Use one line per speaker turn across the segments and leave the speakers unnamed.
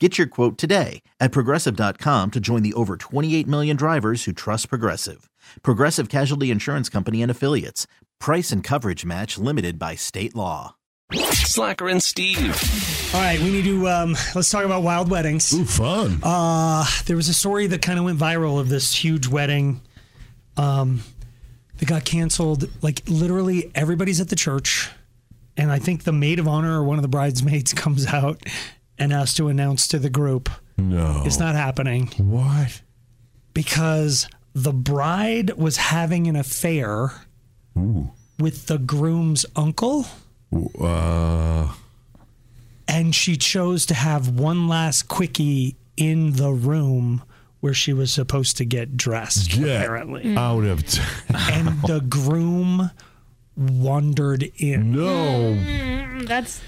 Get your quote today at progressive.com to join the over 28 million drivers who trust Progressive. Progressive Casualty Insurance Company and Affiliates. Price and coverage match limited by state law.
Slacker and Steve.
All right, we need to um, let's talk about wild weddings.
Ooh, fun.
Uh, there was a story that kind of went viral of this huge wedding um, that got canceled. Like literally, everybody's at the church, and I think the maid of honor or one of the bridesmaids comes out and has to announce to the group
no.
it's not happening
What?
because the bride was having an affair with the groom's uncle.
Uh,
and she chose to have one last quickie in the room where she was supposed to get dressed
get
apparently
out of t-
and the groom wandered in
no.
Mm, That's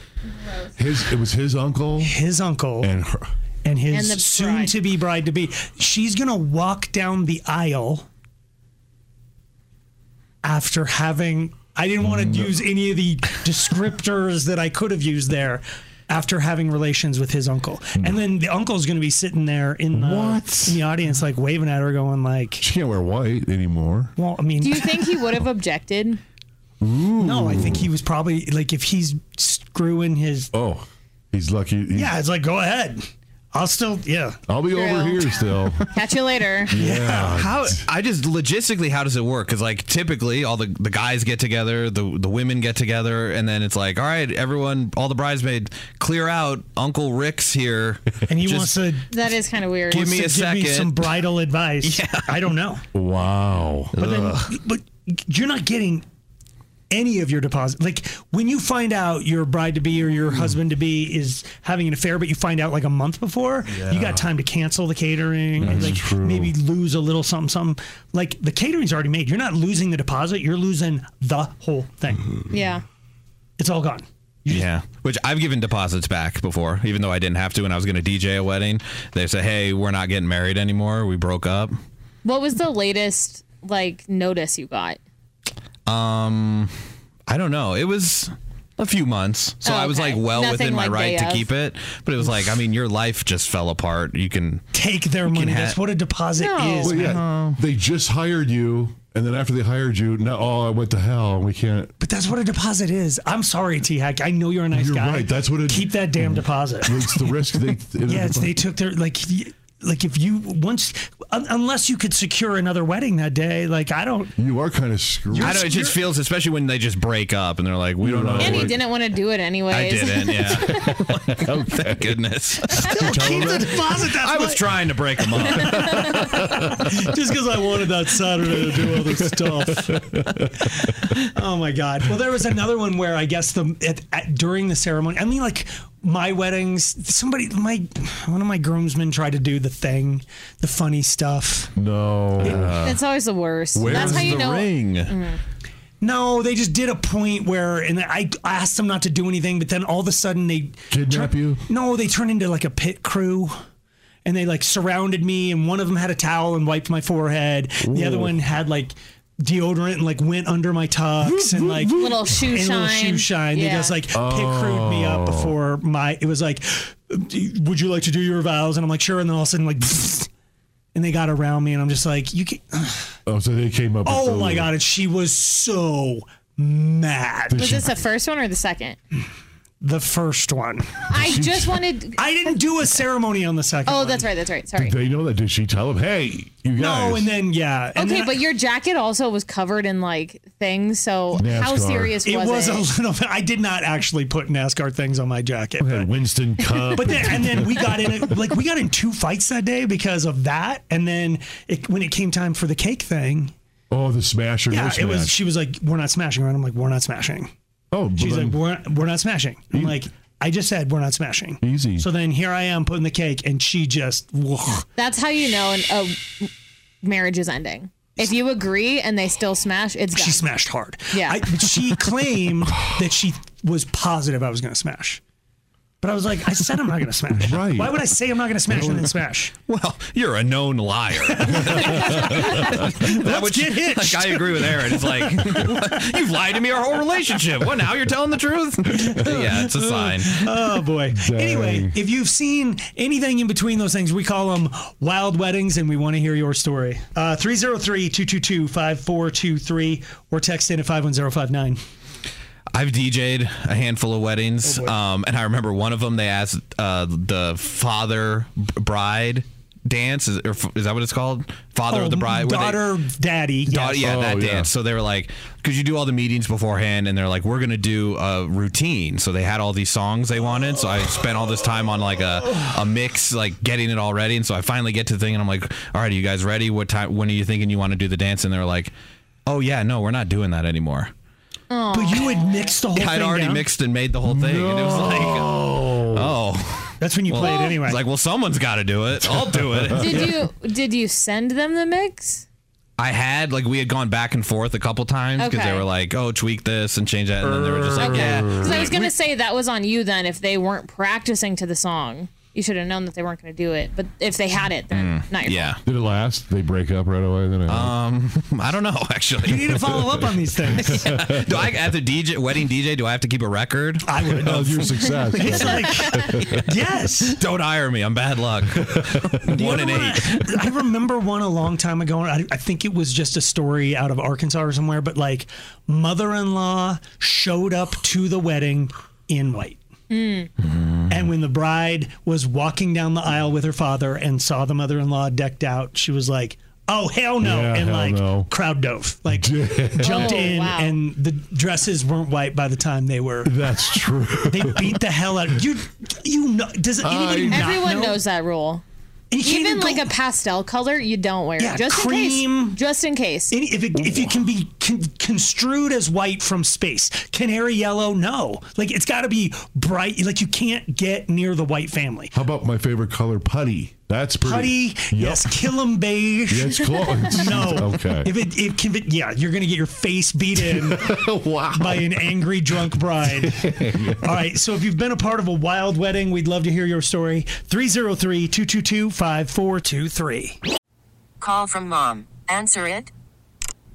His it oh. was his uncle
his uncle
and her.
and
And
his
the
soon to be bride to be she's going to walk down the aisle after having I didn't
Mm.
want to use any of the descriptors that I could have used there after having relations with his uncle. And then the uncle's going to be sitting there in the
Hmm. What?
in the audience like waving at her going like,
She can't wear white anymore.
"Well, I mean,
Do you think he would have objected?
no, I think he was probably like if he's screwing his
Oh, he's lucky. He's,
Yeah, it's like go ahead. I'll still yeah.
I'll be over
True.
here still.
Catch you later.
yeah.
How I just logistically, how does it work? Because like typically, all the, the guys get together, the the women get together, and then it's like, all right, everyone, all the bridesmaid, clear out. Uncle Rick's here.
And he
Just
wants to
That is kind of weird.
Give me a
give
second.
me some bridal advice. I don't know.
Wow.
But then, but you're not getting any of your deposit. Like when you find out your bride to be or your husband to be is having an affair, but you find out like a month before, you got time to cancel the catering. and, like
true.
maybe lose a little something, something. Like the catering's already made. You're not losing the deposit. You're losing the whole thing.
yeah.
It's all gone.
Yeah. Which I've given deposits back before, even though I didn't have to. When I was going to DJ a wedding, they say, hey, we're not getting married anymore. We broke up.
What was the latest like notice you got?
Um, I don't know. It was a few months, so
Oh,
I was
okay.
like well
Nothing
within my
like
right
day
to
of.
keep it. But it was like, I mean, your life just fell apart. You can
Take their money.
ha-
That's what a deposit
No.
is.
Well,
man.
Yeah. They just hired you, and then after they hired you, now oh, I went to hell. We can't.
But that's what a deposit is. I'm sorry, T Hack. I know you're a nice
You're
guy.
right. That's what it- Mm.
Keep that damn deposit.
It's the risk. They
Yeah, it's, they took their like y- like if you once un- unless you could secure another wedding that day, like I don't.
you are kind of screwed.
I don't know. It just feels, especially when they just break up and they're like, we don't know.
And he
what-
didn't want to do it anyways.
Oh, I didn't. Yeah. oh, thank goodness.
Keep the deposit. That's
I was
what-
trying to break them up.
just because I wanted that Saturday to do all this stuff. oh my God! Well, there was another one where I guess the at, at, during the ceremony. I mean, like my weddings. Somebody, my one of my groomsmen tried to do the thing, the funny stuff.
no.
That's always the worst.
Where's
That's how you
the
know.
ring?
mm. No, they just did a point where, and I asked them not to do anything, but then all of a sudden they
Kidnap you?
No, they turned into like a pit crew, and they like surrounded me, and one of them had a towel and wiped my forehead. The other one had like deodorant and like went under my tux and like
Little shoe
and little
shine.
shoe shine. They
Yeah.
just like pit crewed me
Oh.
up before my. It was like, would you like to do your vows? And I'm like, sure. And then all of a sudden like. And they got around me, and I'm just like, "You can
Oh, so they came up.
Oh
with
my
the-
god, and she was so mad.
Was this the first one or the second?
the first one.
I just wanted.
I didn't do a ceremony on the second.
Oh,
one.
that's right. That's right. Sorry.
They know that. Did she tell him, hey, you guys?
No, and then yeah. and
Okay,
then
but your jacket also was covered in like things. So how
NASCAR.
serious
it
was,
was
it?
a little. bit- I did not actually put NASCAR things on my jacket.
We
but-
had Winston Cup.
But then, and then we got in it, like we got in two fights that day because of that. And then it, when it came time for the cake thing,
oh, the smasher.
yeah,
no
it was.
smash.
She was like, "We're not smashing," right? I'm like, "We're not smashing."
oh, but
She's
then-
like, "We're we're not smashing." I'm like, "I just said we're not smashing."
Easy.
So then here I am putting the cake, and she just, whoa.
That's how you know an, a marriage is ending. If you agree and they still smash, it's
she
done.
smashed hard.
Yeah.
I, she claimed that she was positive I was going to smash. But I was like, I said I'm not going to smash.
Right.
Why would I say I'm not going to smash and then smash?
Well, you're a known liar. that would
get hitched.
Like, I agree with Aaron. It's like you've lied to me our whole relationship. What now? You're telling the truth? yeah, it's a sign.
Oh boy. Anyway, if you've seen anything in between those things, we call them wild weddings and we want to hear your story. Uh, 303 222 5423 or text in at 51059.
I've DJ'd a handful of
Oh,
weddings, um, and I remember one of them. They asked uh, the father b- bride dance, is, or f- is that what it's called? Father of the bride, where they-
Oh, Daughter, daddy. yes.
Daughter, yeah,
Oh,
that
yeah.
dance. So they were like, because you do all the meetings beforehand, and they're like, we're gonna do a routine. So they had all these songs they wanted. So I spent all this time on like a, a mix, like getting it all ready. And so I finally get to the thing, and I'm like, all right, are you guys ready? What time? When are you thinking you want to do the dance? And they're like, oh yeah, no, we're not doing that anymore.
But you had mixed the whole
I'd
thing.
already
down?
mixed and made the whole thing, and it was like, oh,
That's when you played anyway.
it's like, well, someone's got to do it. I'll do it.
Did you did you send them the mix?
I had like we had gone back and forth a couple times because
Okay.
they were like, oh, tweak this and change that, and then they were just like,
Okay.
yeah.
Because I was gonna say that was on you then. If they weren't practicing to the song, you should have known that they weren't gonna do it. But if they had it, then not your fault.
Mm. Yeah,
Did it last? They break up right away. Then I
Um, I don't know
you
actually.
need to follow up on these things.
do I at the DJ wedding DJ? Do I have to keep a record?
I would
Oh,
have.
your success.
It's like, yes.
Don't hire me. I'm bad luck. One and eight.
I remember one a long time ago. and I, I think it was just a story out of Arkansas or somewhere, but like mother in law showed up to the wedding in white.
Mm.
Mm-hmm.
And when the bride was walking down the aisle with her father and saw the mother in law decked out, she was like, Oh hell no!
Yeah,
and
hell
like
no.
crowd dove, like jumped
Oh,
in,
wow.
and the dresses weren't white by the time they were.
That's true.
They beat the hell out. You, you know, does
Uh,
anybody not
Everyone
know?
knows that rule.
And you can't
Even
go-
like a pastel color, you don't wear
Yeah,
it. Just in
cream.
case. Just in case.
Any, if, it, if it can be con- construed as white from space, canary yellow, no. Like it's got to be bright. Like you can't get near the white family.
How about my favorite color, putty? That's pretty.
Putty, yes. Killam beige.
Yes, close.
No.
Okay.
If it, if can be- yeah, you're gonna get your face beat in
wow.
by an angry drunk bride. All right. So if you've been a part of a wild wedding, we'd love to hear your story. 303-222-5423.
Call from mom. Answer it.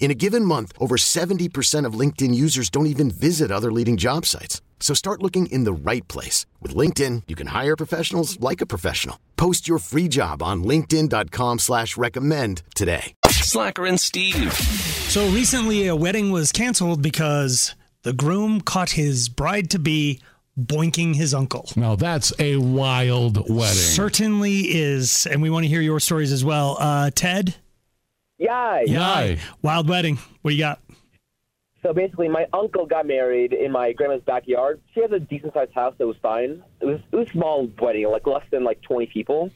In a given month, over 70% of LinkedIn users don't even visit other leading job sites. So start looking in the right place. With LinkedIn, you can hire professionals like a professional. Post your free job on linkedin.com slash recommend today.
Slacker and Steve.
So recently, a wedding was canceled because the groom caught his bride to be boinking his uncle.
Now that's a wild wedding.
Certainly is. And we want to hear your stories as well. Uh, Ted?
Yay.
Yay. Wild wedding. What you got?
So basically, my uncle got married in my grandma's backyard. She has a decent sized house that was fine. It was it was a small wedding, like less than like twenty people.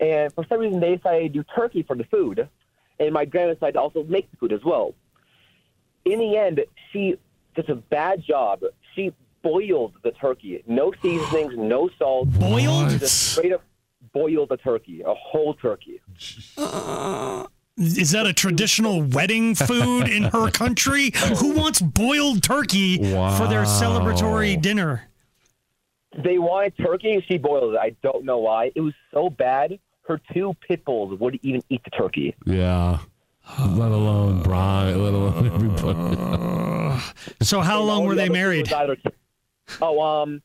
And for some reason, they decided to do turkey for the food, and my grandma decided to also make the food as well. In the end, she did a bad job. She boiled the turkey, no seasonings, no salt.
Boiled?
She Just straight up boiled the turkey, a whole turkey.
Uh, Is that a traditional wedding food in her country? Who wants boiled turkey for their celebratory dinner?
They wanted turkey. She boiled it. I don't know why. It was so bad. Her two pit bulls wouldn't even eat the turkey.
Yeah. Let alone Brian, let alone everybody.
so how
And
long
all
were
the
they
other
married?
people was either- oh, um,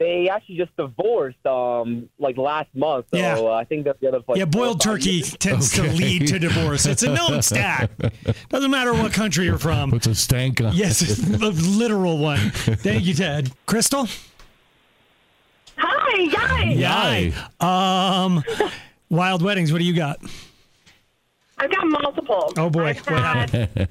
they actually just divorced, um, like last month. So
Yeah.
uh, I think that's the other. Like,
yeah, boiled
four or five
turkey
years.
tends to lead to divorce. It's a known stat. Doesn't matter what country you're from.
Puts a stank on.
Yes,
it.
a literal one. Thank you, Ted. Crystal?
Hi, guys.
Yay. Um, wild weddings, what do you got?
I've got multiple.
Oh, boy.
I've had,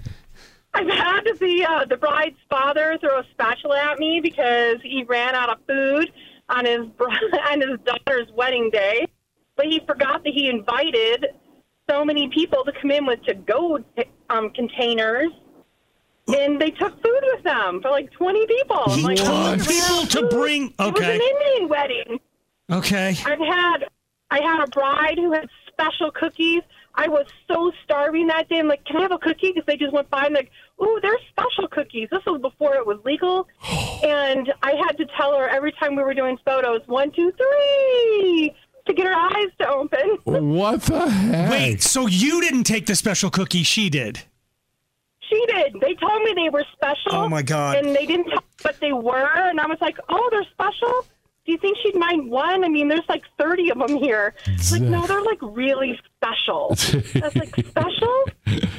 I've had the uh, the bride's father throw a spatula at me because he ran out of food on his br- on his daughter's wedding day, but he forgot that he invited so many people to come in with to go um, containers. And they took food with them for like 20 people. I'm
He
like,
told
"Oh,
people to bring.
It was an
Okay.
Indian wedding.
Okay.
I've had I had a bride who had special cookies. I was so starving that day. I'm like, can I have a cookie? Because they just went by and like, ooh, they're special cookies. This was before it was legal, and I had to tell her every time we were doing photos, one, two, three, to get her eyes to open.
What the heck?
Wait, so you didn't take the special cookie, she did.
She did. They told me they were special.
Oh, my God.
And they didn't tell me what they were, and I was like, oh, they're special. Do you think she'd mind one? I mean, there's like 30 of them here. It's like, no, they're like really special. That's like special.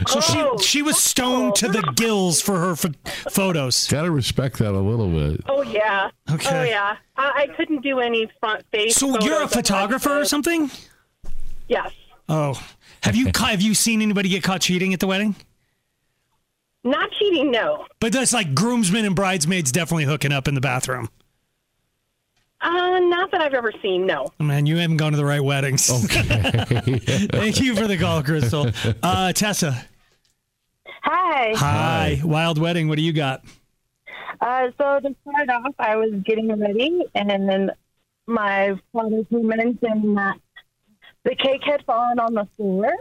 So
Oh.
she she was stoned to the gills for her ph photos.
Gotta respect that a little bit.
Oh yeah.
Okay.
Oh yeah. I, I couldn't do any front face.
So you're a
photos of
photographer or something?
my- Yes.
Oh, have you ca- have you seen anybody get caught cheating at the wedding?
Not cheating. No.
But that's like groomsmen and bridesmaids definitely hooking up in the bathroom.
Uh, not that I've ever seen. No.
Man, you haven't gone to the right weddings.
Okay.
Thank you for the call, Crystal. Uh, Tessa,
Hi.
hi. Wild wedding. What do you got?
Uh, so to start off, I was getting ready, and then my father came in and that the cake had fallen on the floor.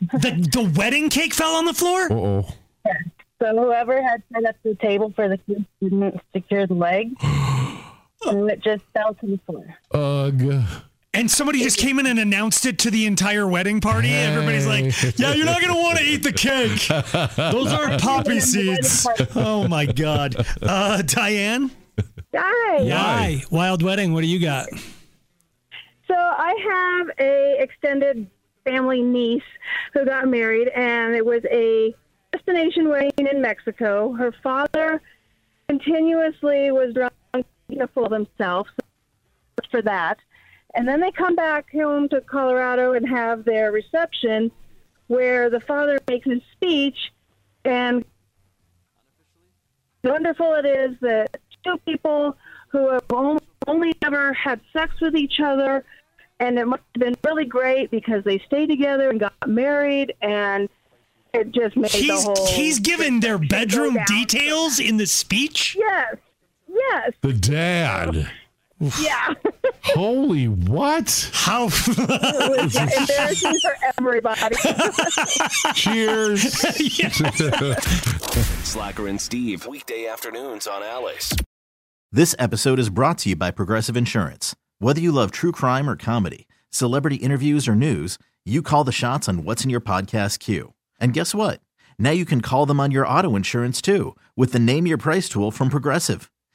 The the wedding cake fell on the floor.
oh.
So whoever had set up the table for the kids didn't secure the leg, so it just fell to the floor.
Ugh.
And somebody just came in and announced it to the entire wedding party. Everybody's like, "Yeah, you're not gonna want to eat the cake. Those aren't poppy seeds." Oh my god, uh, Diane.
Hi.
Yay. Wild wedding. What do you got?
So I have a extended family niece who got married, and it was a destination wedding in Mexico. Her father continuously was drunk to fool himself for that, and then they come back home to Colorado and have their reception, where the father makes his speech, and wonderful it is that two people who have on- only ever had sex with each other, and it must have been really great because they stayed together and got married, and it just made
He's
the whole.
he's given their bedroom
down.
details in the speech.
yes, yes,
The dad.
yeah.
Holy what?
How?
It was embarrassing for everybody.
Cheers.
Slacker and Steve, weekday afternoons on Alice.
This episode is brought to you by Progressive Insurance. Whether you love true crime or comedy, celebrity interviews or news, you call the shots on what's in your podcast queue. And guess what? Now you can call them on your auto insurance too with the Name Your Price tool from Progressive.